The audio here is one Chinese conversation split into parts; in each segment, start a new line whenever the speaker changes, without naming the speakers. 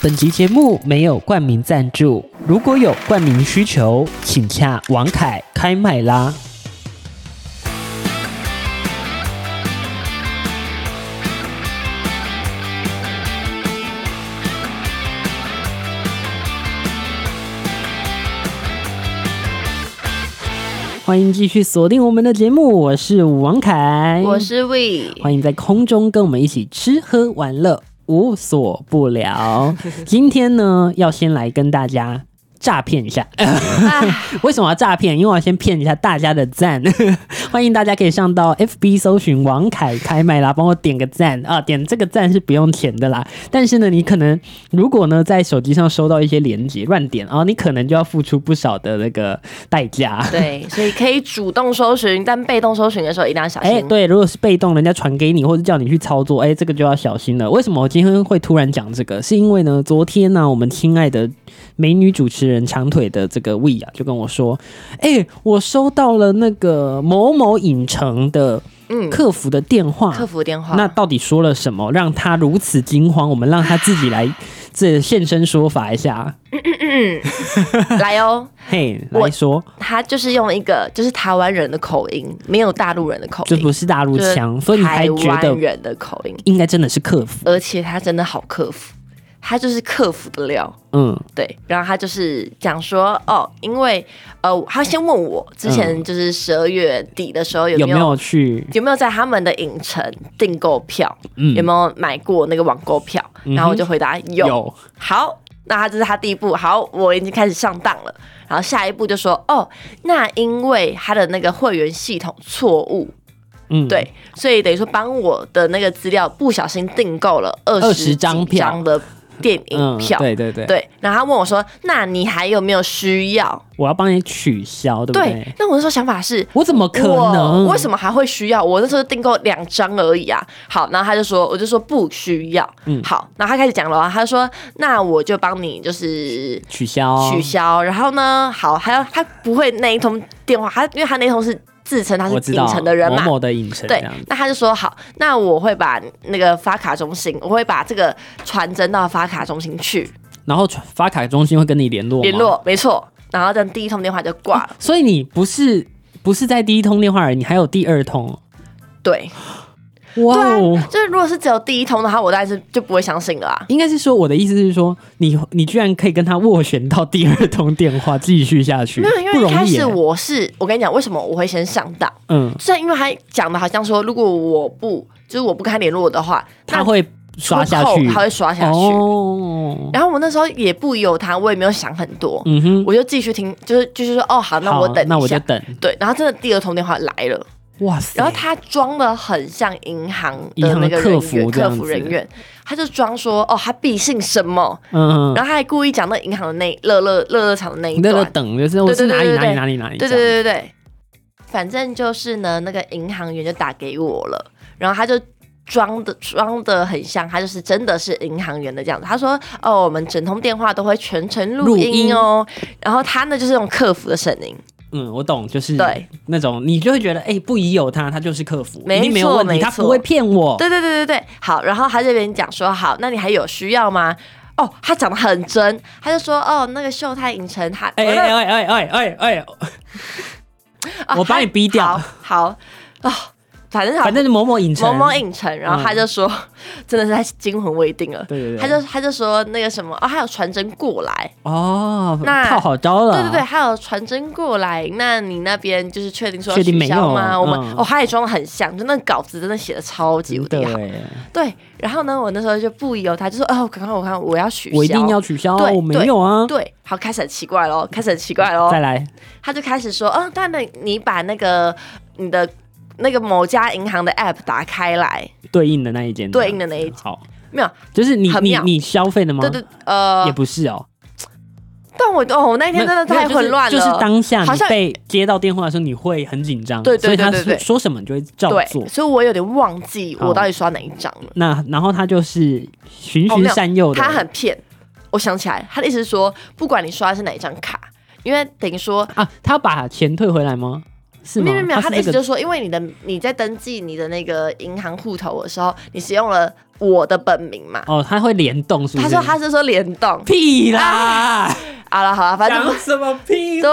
本集节目没有冠名赞助，如果有冠名需求，请洽王凯开麦啦。欢迎继续锁定我们的节目，我是王凯，
我是 We，
哎欢迎在空中跟我们一起吃喝玩乐，无所不聊。今天呢，要先来跟大家诈骗一下。哎
啊
为什么要诈骗？因为我要先骗一下大家的赞。 欢迎大家可以上到 FB 搜寻王凯开麦啦，帮我点个赞啊！点这个赞是不用钱的啦。但是呢，你可能如果呢在手机上收到一些连接乱点啊，你可能就要付出不少的那个代价。
对，所以可以主动搜寻，但被动搜寻的时候一定要小心。
哎、对，如果是被动，人家传给你或者叫你去操作，哎、这个就要小心了。为什么我今天会突然讲这个？是因为呢，昨天啊呢、我们亲爱的美女主持人长腿的这个 We 啊，就跟我说，哎、我收到了那个某某影城的
嗯，
客服的电话，
客服电话。
那到底说了什么让他如此惊慌？我们让他自己来这现身说法一下。
来哦，
嘿，
我
来说，
他就是用一个就是台湾人的口音，没有大陆人的口
这
音，
不是大陆
就是
腔，所以你才
台
觉得
湾人的口音，
应该真的是客服。
而且他真的好客服，他就是客服的料。
嗯，
对，然后他就是讲说，哦，因为呃，他先问我之前就是十二月底的时候有
嗯有
没有
没有去？
有没有在他们的影城订购票，
嗯
有没有买过那个网购票？然后我就回答有。
有
好，那他这是他第一步。好，我已经开始上当了。然后下一步就说，哦，那因为他的那个会员系统错误，
嗯，
对，所以等于说帮我的那个资料不小心订购了二
20张票
张的电影票。
嗯对对对，
对，然后他问我说：“那你还有没有需要
我要帮你取消，对？”不对？
对，那我那时候想法是，
我怎么可能？
我为什么还会需要？我那时候订购两张而已啊。好，然后他就说，我就说不需要。
嗯
好，然后他开始讲了啊，他说那我就帮你就是
取消？
取消。然后呢，好，还有他不会那一通电话，他因为他那一通是自称他是
我知
影
道
城的人嘛。
某某的影城这
对
样，子。
那他就说好，那我会把那个发卡中心，我会把这个传真到发卡中心去
然后传发卡中心会跟你联络吗
联。络，没错。然后但第一通电话就挂了，
所以你不是不是在第一通电话而已，你还有第二通。
对，
哇
对
哦
啊，！就是如果是只有第一通的话，我当然是就不会相信了啊。
应该是说我的意思是说，你你居然可以跟他斡旋到第二通电话继续下去，
没有，因
嗯不
为一
容
开
易耶
始。我是我跟你讲，为什么我会先上当？
嗯，
虽然因为他讲的好像说，如果我不就是我不跟他联络的话，
他
那
会刷下去，
他会刷下去。
哦，
然后我那时候也不由他，我也没有想很多，
嗯哼，
我就继续听，就是就是说，哦，好，那
好
我等
那
一
我就
下。
等。
对，然后真的第二通电话来了，
哇塞！
然后他装的很像银行
银
的
行
那
的
个
客
人
服
员，
这
客
样
服
子
人员，他就装说，哦，他必姓什么，
嗯，
然后他还故意讲那银行的那乐乐乐乐场的那一
你在
段
这，等，就是我是哪里
对对对
哪里
对对
哪里哪里。
对对
这样，
对对对，反正就是呢，那个银行员就打给我了，然后他就。装的装的很像，他就是真的是银行员的这样子。他说：“哦，我们整通电话都会全程
录
录音哦。然后他呢就是用客服的声音，
嗯，我懂，就是
对
那种你就会觉得，哎、不疑有他，他就是客服，一
没
定没有
错
问题，
没
他
错
不会骗我。
对对对对对，好。然后他这边讲说：“好，那你还有需要吗？”哦，他讲的很真，他就说：“哦，那个秀泰影城他……
哎哎哎哎哎哎哎，
哦
我把你逼掉
好好啊、哦，反正好
反正是某某影城，嗯
某某影城，然后他就说，真的是他惊魂未定了。
对对对，
他就他就说那个什么啊，还有传真过来，
哦，
那
套好招了，
对对对，，还有传真过来。那你那边就是确定说
确定没
取消吗？
有
我们、
嗯
哦，他也装的很像，就那个稿子真的写的超级无敌好。
对，
对，然后呢，我那时候就不由他，就说哦，赶快我看我要取消，
我一定要取消，
对
我没有啊，
对，哦好，开始很奇怪咯，开始很奇怪咯。
再来，
他就开始说，嗯、但那你把那个你的那个某家银行的 app 打开来，
对应的那一间，
对应的那一
好，
没有？
就是你
很
你
妙
你消费的吗？
对对，呃
也，不是哦，
但我哦，我那
没有
天真的太
没有就是
混乱了，
就是当下
好
你
像
被接到电话的时候，你会很紧张，
对对
所以
对
他
对
说
对
说什么你就会照做
对，。所以我有点忘记
好
我到底刷哪一张了。
那然后他就是循
哦
循
没有
善诱的，
他很骗，我想起来，他的意思是说，不管你刷的是哪一张卡，因为等于说
啊，他把钱退回来吗？是
没
吗？
有没有，他
它
的意
是这
思就
个
是说，因为你的你在登记你的那个银行户头的时候，你使用了我的本名嘛。
哦，它会联动，是不
他
是？
说他是说联动，
屁啦，
好了好了，反正
讲什么屁话？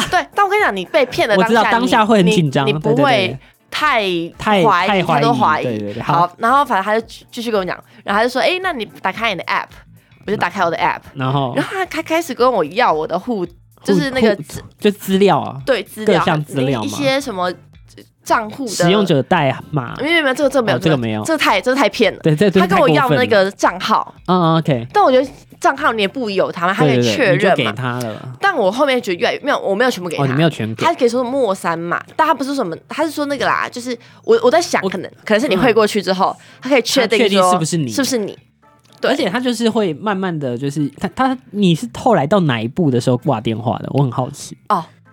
对对，但我跟你讲，你被骗的
我
当下，
知道当下会很
你
紧张
你不
对对
会
对
太
太
怀疑
太怀疑
多怀疑。
对对对好
好，然后反正他就继继续跟我讲，然后他就说：“哎，那你打开你的 app。”我就打开我的 app，
然后
然后他开开始跟我要我的户，就是那个
户
资
就资料啊，
对资料
各项资料
你一
嘛
些什么账户的
使用，者代码，
没有没有这个这个没有
哦这个没有
这个太这个太骗了。
对，这真
他
的
跟
太
我
过
要
分
那
了，
个账号，
嗯嗯，OK，
但我觉得账号你也不有他嘛，他可
对
以
对
确
对，你就
认
给
嘛。
他了。
但我后面觉得越来越没有，我没有全部给他，
哦，你没有全给
他，可以说是莫三嘛，但他不是说什么，他是说那个啦，就是我我在想，
我嗯
可能可能是你汇过去之后，他可以确定
他确定
说
是不是你
是不是你？对
而且他就是会慢慢的就是他他你是后来到哪一步的时候挂电话的？我很好奇。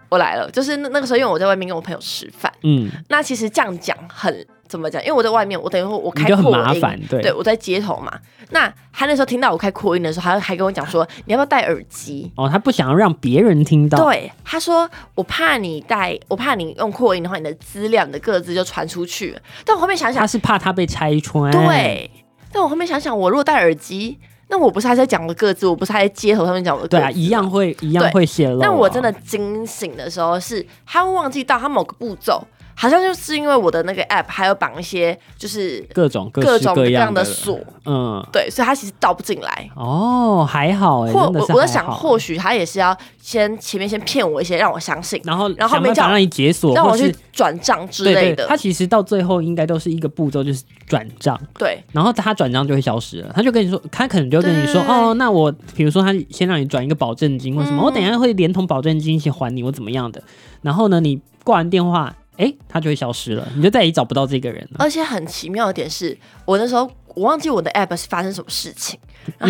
我来了，就是那那个时候，因为我在外面跟我朋友吃饭，
嗯，
那其实这样讲很怎么讲？因为我在外面，我等于说我
你
开
就很
扩
麻
音
烦，对
对，我在街头嘛。那他那时候听到我开扩音的时候，还还跟我讲说，你要不要戴耳机？
哦，他不想要让别人听到，
对，他说我怕你戴，我怕你用扩音的话，你的资料、你的个资就传出去了。但我后面想想
他，是怕他被拆穿。，
对，但我后面想想，我如果戴耳机，那我不是还在讲我的个字，我不是还在街头上面讲我的个
对
字
啊，一样。会一样
对
会泄露啊。
但我真的惊醒的时候是，他会忘记到他某个步骤，好像就是因为我的那个 app 还有绑一些就是
各种
各
式
种各
样
样的
的，
锁，
嗯，
对，所以他其实倒不进来。
哦，还好哎，
或
真的
我
是
我在
还
想，
好
或许他也是要先前面先骗我一些，让我相信，
然后
然后
想
没
办
叫
法让你解锁，
让我
或是
去转账之
对
类
对，
的。
他其实到最后应该都是一个步骤，就是转账。
对
然后他转账就会消失了，他就跟你说，他可能就跟你说，
对对对
哦，那我比如说他先让你转一个保证金或什么，
嗯
我等一下会连同保证金一起还你，我怎么样的。然后呢，你挂完电话，哎，他就会消失了，你就再也找不到这个人了。
而且很奇妙的点是，我那时候我忘记我的 app 是发生什么事情，然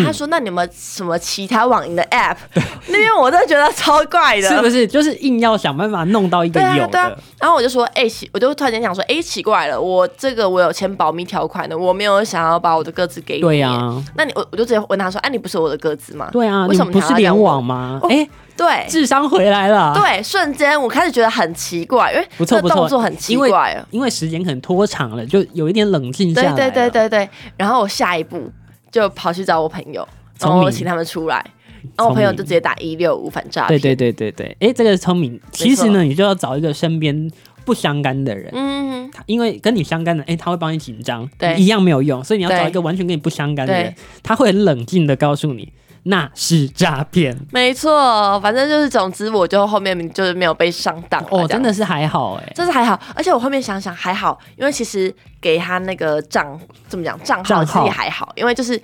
嗯
后他说：“那你们什么其他网银的 app？” 那边我真的觉得超怪的，
是不是就是硬要想办法弄到一个
对啊
有
对啊
的？。
然后我就说：“哎、奇，我就突然间想说，哎、奇怪了，我这个我有签保密条款的，我没有想要把我的个资给你。”
对呀，
那你我我就直接问他说：“哎、你不是我的个资吗？”
对啊，
为
你
什么
不
他
是
要
联
讲我
网吗？
哦
哎，
对
智商回来了。
对，瞬间我开始觉得很奇怪，因为
不错
这
不
个
错
动作很奇
因为
怪啊。
因为时间可能拖长了，就有一点冷静下
对
来。
对对，对对。然后我下一步就跑去找我朋友，然
聪
后我
明
请他们出来，然后我朋友
聪明
就直接打一六五反诈
对
骗。
对对对对，哎，这个聪明。其实呢，你就要找一个身边不相干的人，
嗯，
他因为跟你相干的，哎、他会帮你紧张，
对
一样没有用，所以你要
对
找一个完全跟你不相干的人
对，
他会很冷静的告诉你那是诈骗。
没错，反正就是，总之我就后面就是没有被上当啊
哦，
这样
真的是还好哎、
这是还好，而且我后面想想还好，因为其实给他那个账怎么讲账号
账
其实
号
也还好，因为就是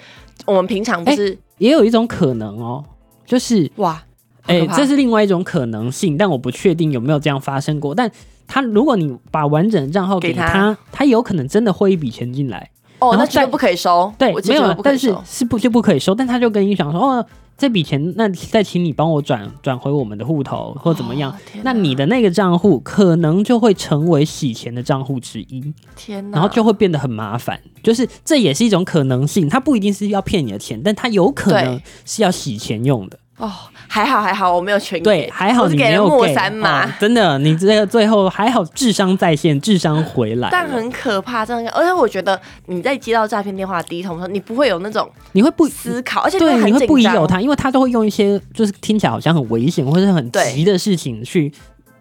我们平常不是、
也有一种可能哦，就是
哇，
哎、
好可怕
这是另外一种可能性，但我不确定有没有这样发生过。但他如果你把完整的账号给
给他
他，他有可能真的汇一笔钱进来，
哦，
然后
那绝
再
对不可以收，
对
我，记
没
得
有
绝对
了
不，可
但
以
是
收，
是不就不可以收，但他就跟你讲说，哦，这笔钱那再请你帮我转转回我们的户头或怎么样
哦。天
那
哪
你的那个账户可能就会成为洗钱的账户之
嗯
一，
天哪，
然后就会变得很麻烦。就是这也是一种可能性，它不一定是要骗你的钱，但它有可能
对
是要洗钱用的。
哦，还好还好，我没有全
对，
给
还好
我
你
是
没
给了
有
莫
给
三
哦
嘛。
真的，你这个最后还好智商在线，智商回来了，
但很可怕，真的。而且我觉得你在接到诈骗电话的第一通的时候，你不会有那种
你会不
思考，而且你
对，
很
你会
紧
不疑
张
有他，因为他都会用一些就是听起来好像很危险或者很
对
急的事情去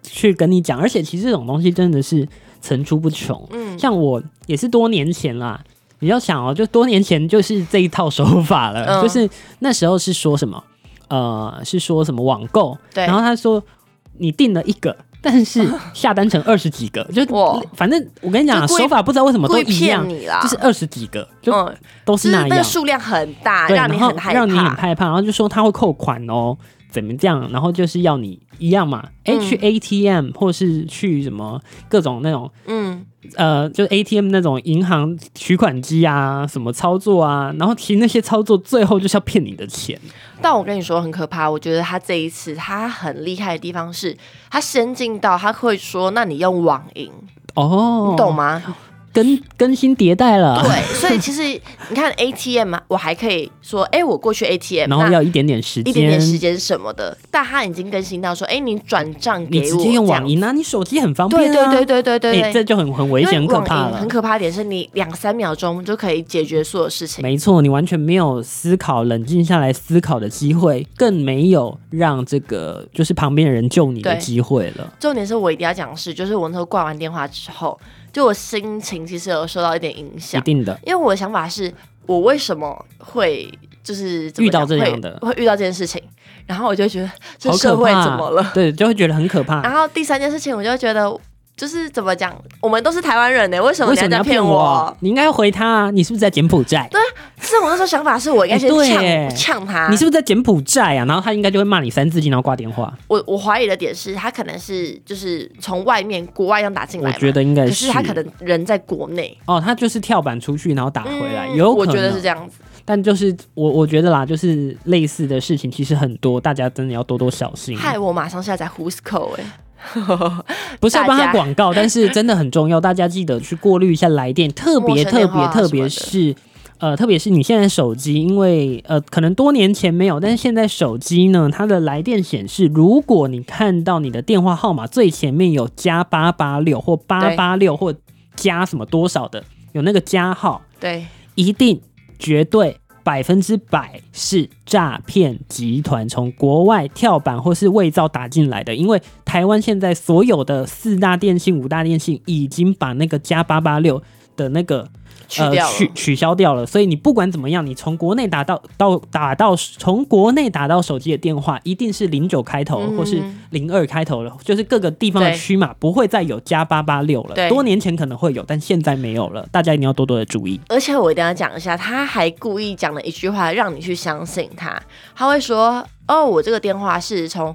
去跟你讲，而且其实这种东西真的是层出不穷。
嗯，
像我也是多年前啦，你要想哦，就多年前就是这一套手法了，
嗯
就是那时候是说什么，呃，是说什么网购，
对
然后他说你订了一个。但 是下单成二十几个，就
哇
反正我跟你讲啊，
就故意
手法不知道为什么
故
都
意
一样
骗，你啦，
就是二十几个，就
嗯，
都
就是是
那
那
样
个。数量很大，
对，
让你
然后
很害
让你很
怕。
害怕，然后就说他会扣款哦，怎么这样？然后就是要你一样嘛，哎、
嗯
去 ATM 或是去什么各种那种
嗯，
呃，就是 ATM 那种银行取款机啊，什么操作啊，然后其实那些操作最后就是要骗你的钱，
但我跟你说很可怕，我觉得他这一次他很厉害的地方是，他先进到他会说，那你用网银，
哦，
你懂？吗？
更更新迭代了，
对，所以其实你看 ATM 啊，我还可以说，哎、我过去 ATM，
然后
那
要一点点时
一点点
间。
时间什么的，但他已经更新到说，哎、你转账给
你
我，
直接用网银啊，你手机很方
这样，
便啊。
对对对对对
哎、
对对，
这就很很危
因为
险、很可
网
怕
银
了
很。可怕的点是你两三秒钟就可以解决所有事情。
没错，你完全没有思考、冷静下来思考的机会，更没有让这个就是旁边的人救你的
对
机会了。
重点是我一定要讲的是，就是我那时候挂完电话之后，就我心情其实有受到一点影
一
响，
定的，
因为我的想法是我为什么会就是怎么
遇到
讲
这
会
样的
会遇到这件事情，然后我就觉得这
好
社
可
会
怕。啊
怎么了？
对，就会觉得很可怕。
然后第三件事情，我就觉得就是怎么讲，我们都是台湾人呢、为什么
为
你
什么
要这
你
样
要
骗
骗我？你应该回他啊！你是不是在柬埔寨？
是我那时候想法是我应该先
哎对
呛、
耶
呛他。
你是不是在柬埔寨啊？然后他应该就会骂你三字经，然后挂电话。
我我怀疑的点是他可能是就是从外面国外这样打进来
我
嘛，
觉得应该
可
是
是他可能人在国内。
哦，他就是跳板出去，然后打回来，
嗯
啊有
我
可
觉得
能。
是这样子。
但就是我我觉得啦，就是类似的事情其实很多，大家真的要多多小心。
害我马上下载 Who's Call 哎、
不是要帮
大
他
家
广告，但是真的很重要，大家记得去过滤一下来 电，特
陌
别
生
特
电话
别
啊
特别是。呃，特别是你现在手机，因为呃，可能多年前没有，但是现在手机呢，它的来电显示，如果你看到你的电话号码最前面有加八八六或八八六或加什么多少的，有那个加号，
对，
一定绝对百分之百是诈骗集团从国外跳板或是伪造打进来的。因为台湾现在所有的四大电信、五大电信已经把那个加八八六的那个呃
去掉了。
取取消掉了，所以你不管怎么样，你从国内打到到打到从国内打到手机的电话，一定是零九开头、
嗯
或是零二开头了，就是各个地方的
对
区码不会再有加八八六了。
对
多年前可能会有，但现在没有了，大家一定要多多的注意。
而且我一定要讲一下，他还故意讲了一句话让你去相信他。他会说：“哦，我这个电话是从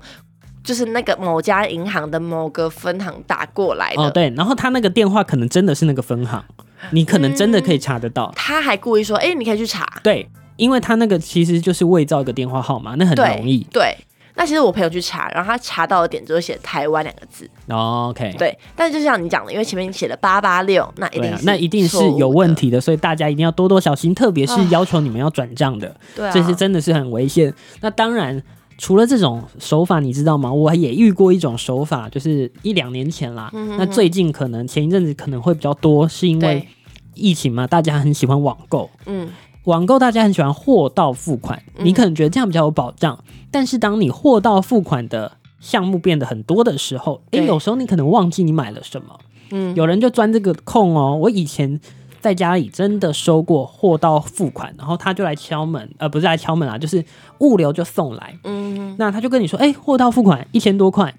就是那个某家银行的某个分行打过来的。
哦，对，然后他那个电话可能真的是那个分行，你可能真的
嗯
可以查得到。
他还故意说：“哎、你可以去查。
对，因为他那个其实就是伪造一个电话号码，那”很
对
容易。
对。那其实我朋友去查，然后他查到的点就是写“台湾”两个字，
哦 OK，
对。但就像你讲的，因为前面写了八八六，那一
对
定、
啊，那一定是有问，题的，所以大家一定要多多小心，特别是
啊
要求你们要转账的，
对啊，
这是真的是很危险。那当然。除了这种手法，你知道吗？我也遇过一种手法，就是一两年前啦。那最近可能前一阵子可能会比较多，是因为
嗯对，
疫情嘛，大家很喜欢网购。
嗯，
网购大家很喜欢货到付款，你可能觉得这样比较有保障，但是当你货到付款的项目变得很多的时候，诶，
对
有时候你可能忘记你买了什么，
嗯，
有人就钻这个空哦。我以前在家里真的收过货到付款，然后他就来敲门，呃，不是来敲门啊，就是物流就送来，
嗯，
那他就跟你说，诶，货到付款一千多块，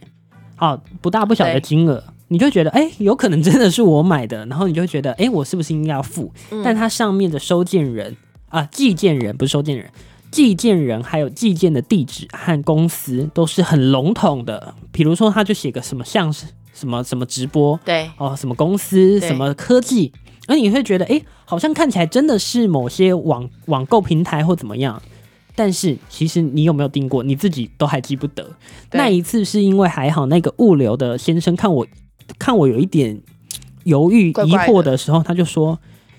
好，不大不小的
对
金额。你就觉得，诶，有可能真的是我买的，然后你就觉得，诶，我是不是应该要付？
嗯
但它上面的收件人啊，寄件人不是收件人，寄件人还有寄件的地址和公司都是很笼统的，比如说他就写个什么像是什么什么直播
对，
哦，什么公司
对
什么科技，而你会觉得，诶，好像看起来真的是某些网网购平台或怎么样。但是其实你有没有订过，你自己都还记不得。
对
那一次是因为还好那个物流的先生看我看我有一点犹豫疑
怪怪
惑
的
的时候，他就说：“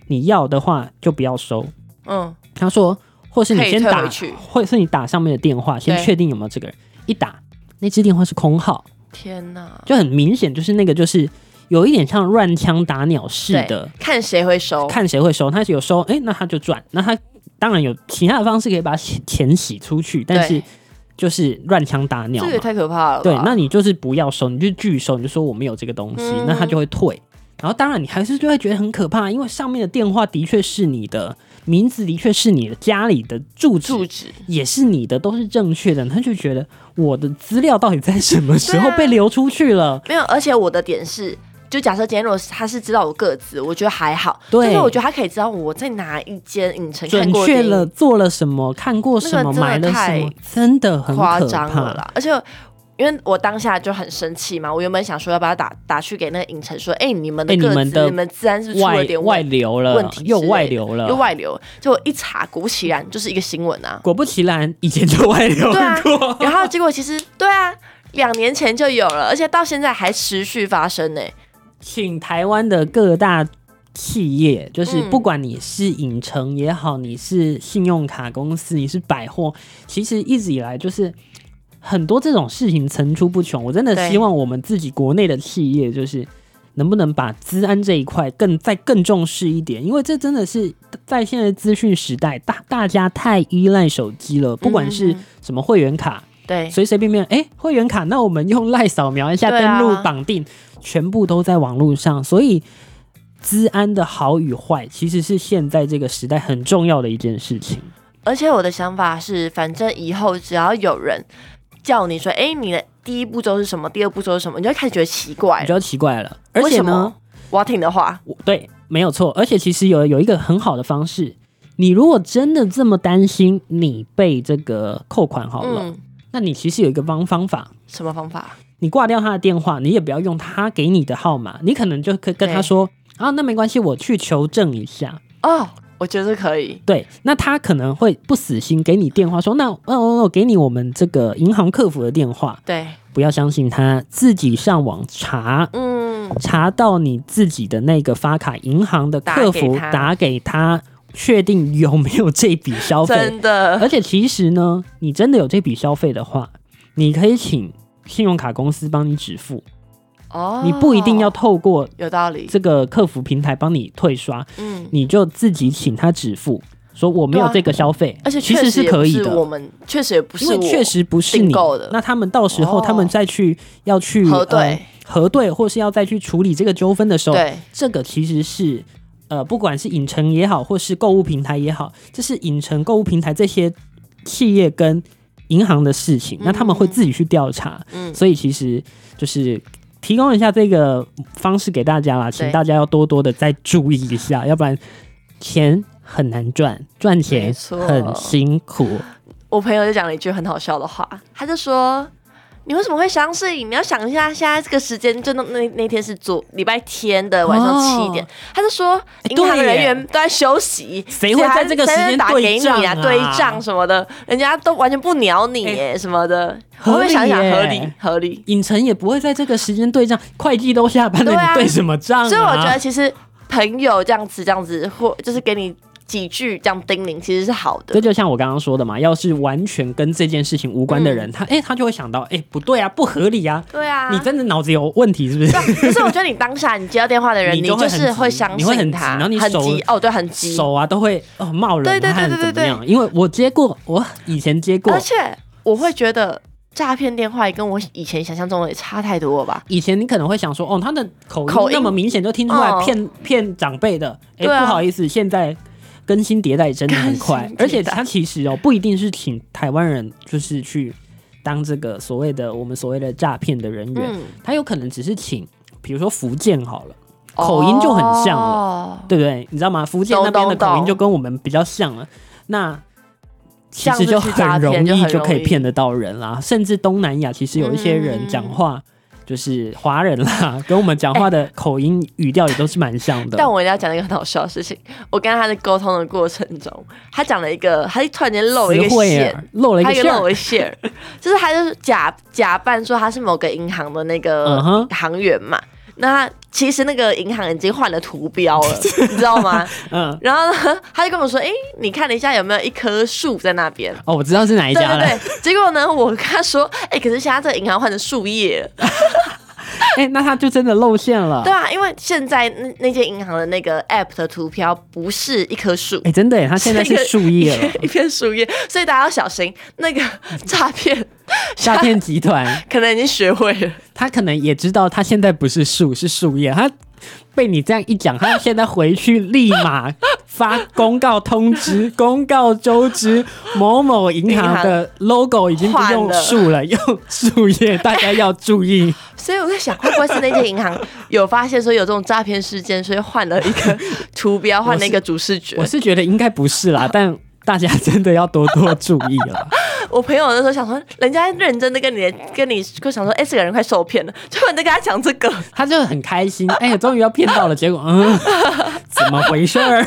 你要的话就不要收。
嗯，”
他说：“或是你
可以
先
退
打
回去，
或是你打上面的电话，先
对
确定有没有这个人。一打那支电话是空号，
天哪，
就很明显就是那个就是有一点像乱枪打鸟似的，
看谁会收，
看谁会收。他有收，哎、那他就赚。那他当然有其他的方式可以把钱钱洗出去，但是
对
就是乱枪打鸟
这
嘛
个也。太可怕了吧，
对，那你就是不要收，你就拒收，你就说我没有这个东西，
嗯
那他就会退。然后当然你还是就会觉得很可怕，因为上面的电话的确是你的，名字的确是你的，家里的住址
住址
也是你的，都是正确的。他就觉得我的资料到底在什么时候
对啊
被流出去了？
没有，而且我的点是，就假设今天如果他是知道我个子，我觉得还好，
对
但是我觉得他可以知道我在哪一间影城看
准
过
确
电影
了做了什么，看过什么，
那个真的
买了什么
太，
真的很
夸
可
张
怕
了。啦，而且。因为我当下就很生气嘛，我原本想说要把他打打去给那个影城说，哎、你们的
哎你
个
们
子、
的
你们自然是出了
外
点
外
问
流了，
问题之类的
又外流了，
又外流，就我一查，果不其然就是一个新闻啊。
果不其然，以前就外流
对啊
过。
然后结果其实对啊，两年前就有了，而且到现在还持续发生呢、
请台湾的各大企业，就是
嗯
不管你是影城也好，你是信用卡公司，你是百货，其实一直以来就是很多这种事情层出不穷。我真的
对
希望我们自己国内的企业，就是能不能把资安这一块更再更重视一点，因为这真的是在现在资讯时代，大大家太依赖手机了，不管
嗯
是
嗯嗯
什么会员卡。
对，
随随便便，哎、会员卡，那我们用赖扫描一下，
对啊
登录绑定，全部都在网络上，所以。资安的好与坏，其实是现在这个时代很重要的一件事情。
而且我的想法是，反正以后只要有人叫你说，哎，你的第一步骤是什么，第二步骤是什么，你就会开始觉得奇怪
比
了。
较奇怪了，而
哎为
且
什
呢
么，？我要听你的话，
我对，没有错。而且其实有有一个很好的方式，你如果真的这么担心你被这个扣款好了，
嗯，
那你其实有一个方方法，
什么方法？
你挂掉他的电话，你也不要用他给你的号码，你可能就可以跟他
对
说啊，那没关系，我去求证一下。
哦，我觉得可以。
对，那他可能会不死心，给你电话说，那哦哦，我给你我们这个银行客服的电话，
对，
不要相信他，自己上网查，
嗯，
查到你自己的那个发卡银行的客服
打给他
打给他，确定有没有这笔消费。
真的，
而且其实呢，你真的有这笔消费的话，你可以请信用卡公司帮你止付，
哦，
你不一定要透过
有道理。
这个客服平台帮你退刷，
嗯，
你就自己请他止付，说我没有
对啊
这个消费，
而且
其
确
实
实
是
也
可
不
以
是我
的，
们确实也不是
因为
我
确实不是你
订购的
那他们到时候
哦
他们再去要去
核对
呃核对，或是要再去处理这个纠纷的时候，
对
这个其实是。呃，不管是影城也好，或是购物平台也好，这是影城、购物平台这些企业跟银行的事情，那他们会自己去调查。
嗯
所以其实就是提供一下这个方式给大家啦，请大家要多多的再注意一下，要不然钱很难赚，赚钱
没错
很辛苦。
我朋友就讲了一句很好笑的话，他就说：“你为什么会相信？你要想一下，现在这个时间，就那那那天是昨礼拜天的晚上
哦
七点。他就说：“
哎
银行
对耶
人员都在休息，
谁会在这个时
谁
间
会打给你
对
啊
账啊？哎
对账什么的，人家都完全不鸟你耶，什么的。”我
合理
会想一想，
耶
合理合理。
影城也不会在这个时间对账，会计都下班了，
对啊
你对什么账、啊？
所以我觉得，其实朋友这样子这样子，或就是给你几句这样叮咛，其实是好的
这。就像我刚刚说的嘛，要是完全跟这件事情无关的人，他哎、他就会想到，哎、不对啊，不合理啊，
对嗯啊，
你真的脑子有问题是不是？
可是我觉得你当下你接到电话的 人，
你
你
就会
就
很
是
急
会相
你会很
信
急
他，
然后你
很
手
急哦，对，很 急。
手啊都会哦冒冷
对对对
汗
对对
怎么样？因为我接过，我以前接过
而，且我会觉得诈骗电话也跟我以前想象中的也差太多了吧？
以前你可能会想说，哦，他的口音
口音
那么明显，就听出来
嗯
骗骗、长辈的。哎、
对啊
不好意思，现在更新迭代真的 很快
更新迭，代
而且他其实哦，不一定是请台湾人，就是去当这个所谓的我们所谓的诈骗的人员，
嗯，
他有可能只是请，比如说福建好了，口音就很像了。
了，
对不对？你知道吗？福建
懂
那边的
懂
口音
懂
就跟我们比较像了，那其
像
实
就去诈
很
骗
容
就
易
很
就可以
容易
骗得到人啦。甚至东南亚，其实有一些人讲
嗯
话、就是华人啦，跟我们讲话的口音、语调也都是蛮像的。
但我一定要讲一个很好笑的事情。我跟他在沟通的过程中，他讲了一个，他突然间露了一
词
个
汇
馅，
耶漏了一
他
个
也
馅
露
儿，
了一馅儿， 就是他就是假假扮说他是某个银行的那
嗯
个
哼
行员嘛。那其实那个银行已经换了图标了，你知道吗？
嗯，
然后呢，他就跟我说：“哎、你看了一下有没有一棵树在那边？”
哦，我知道是哪一
对
家
对
了。
对，结果呢，我跟他说，哎、可是现在这个银行换成树叶
哦
了，
哎、那他就真的露馅了。
对啊，因为现在那那间银行的那个 app 的图标不是一棵树
哎、，真的耶，他现在是
是一个
树叶了。嗯
一片树叶，所以大家要小心那个诈骗，
诈骗集团，
可能已经学会了，
他可能也知道他现在不是树，是树叶。他被你这样一讲，他现在回去立马发公告通知，公告周知，某某银行的 logo 已经不用树了，用树叶，大家要注意。
所以我在想，会不会是那间银行有发现说有这种诈骗事件，所以换了一个 图标，换了一个主视觉
我。是觉得应该不是啦，但大家真的要多多注意了。
我朋友那时候想说，人家认真的跟你跟你就想说，哎、这个人快受骗了，结果你在跟他讲这个，
他就很开心，哎呀，终于要骗到了，结果嗯， 怎么回事 儿？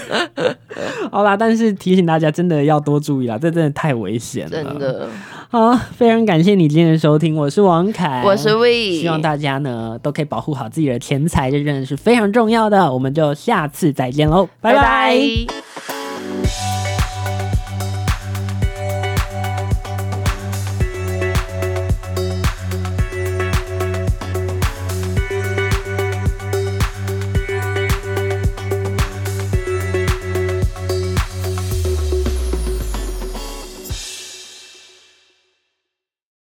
好啦，但是提醒大家真的要多注意啦，这真的太危险了。
真的。
好，非常感谢你今天的收听，我是王凯，
我是 We，
希望大家呢都可以保护好自己的钱财，这真的是非常重要的。我们就下次再见喽，拜拜。
拜拜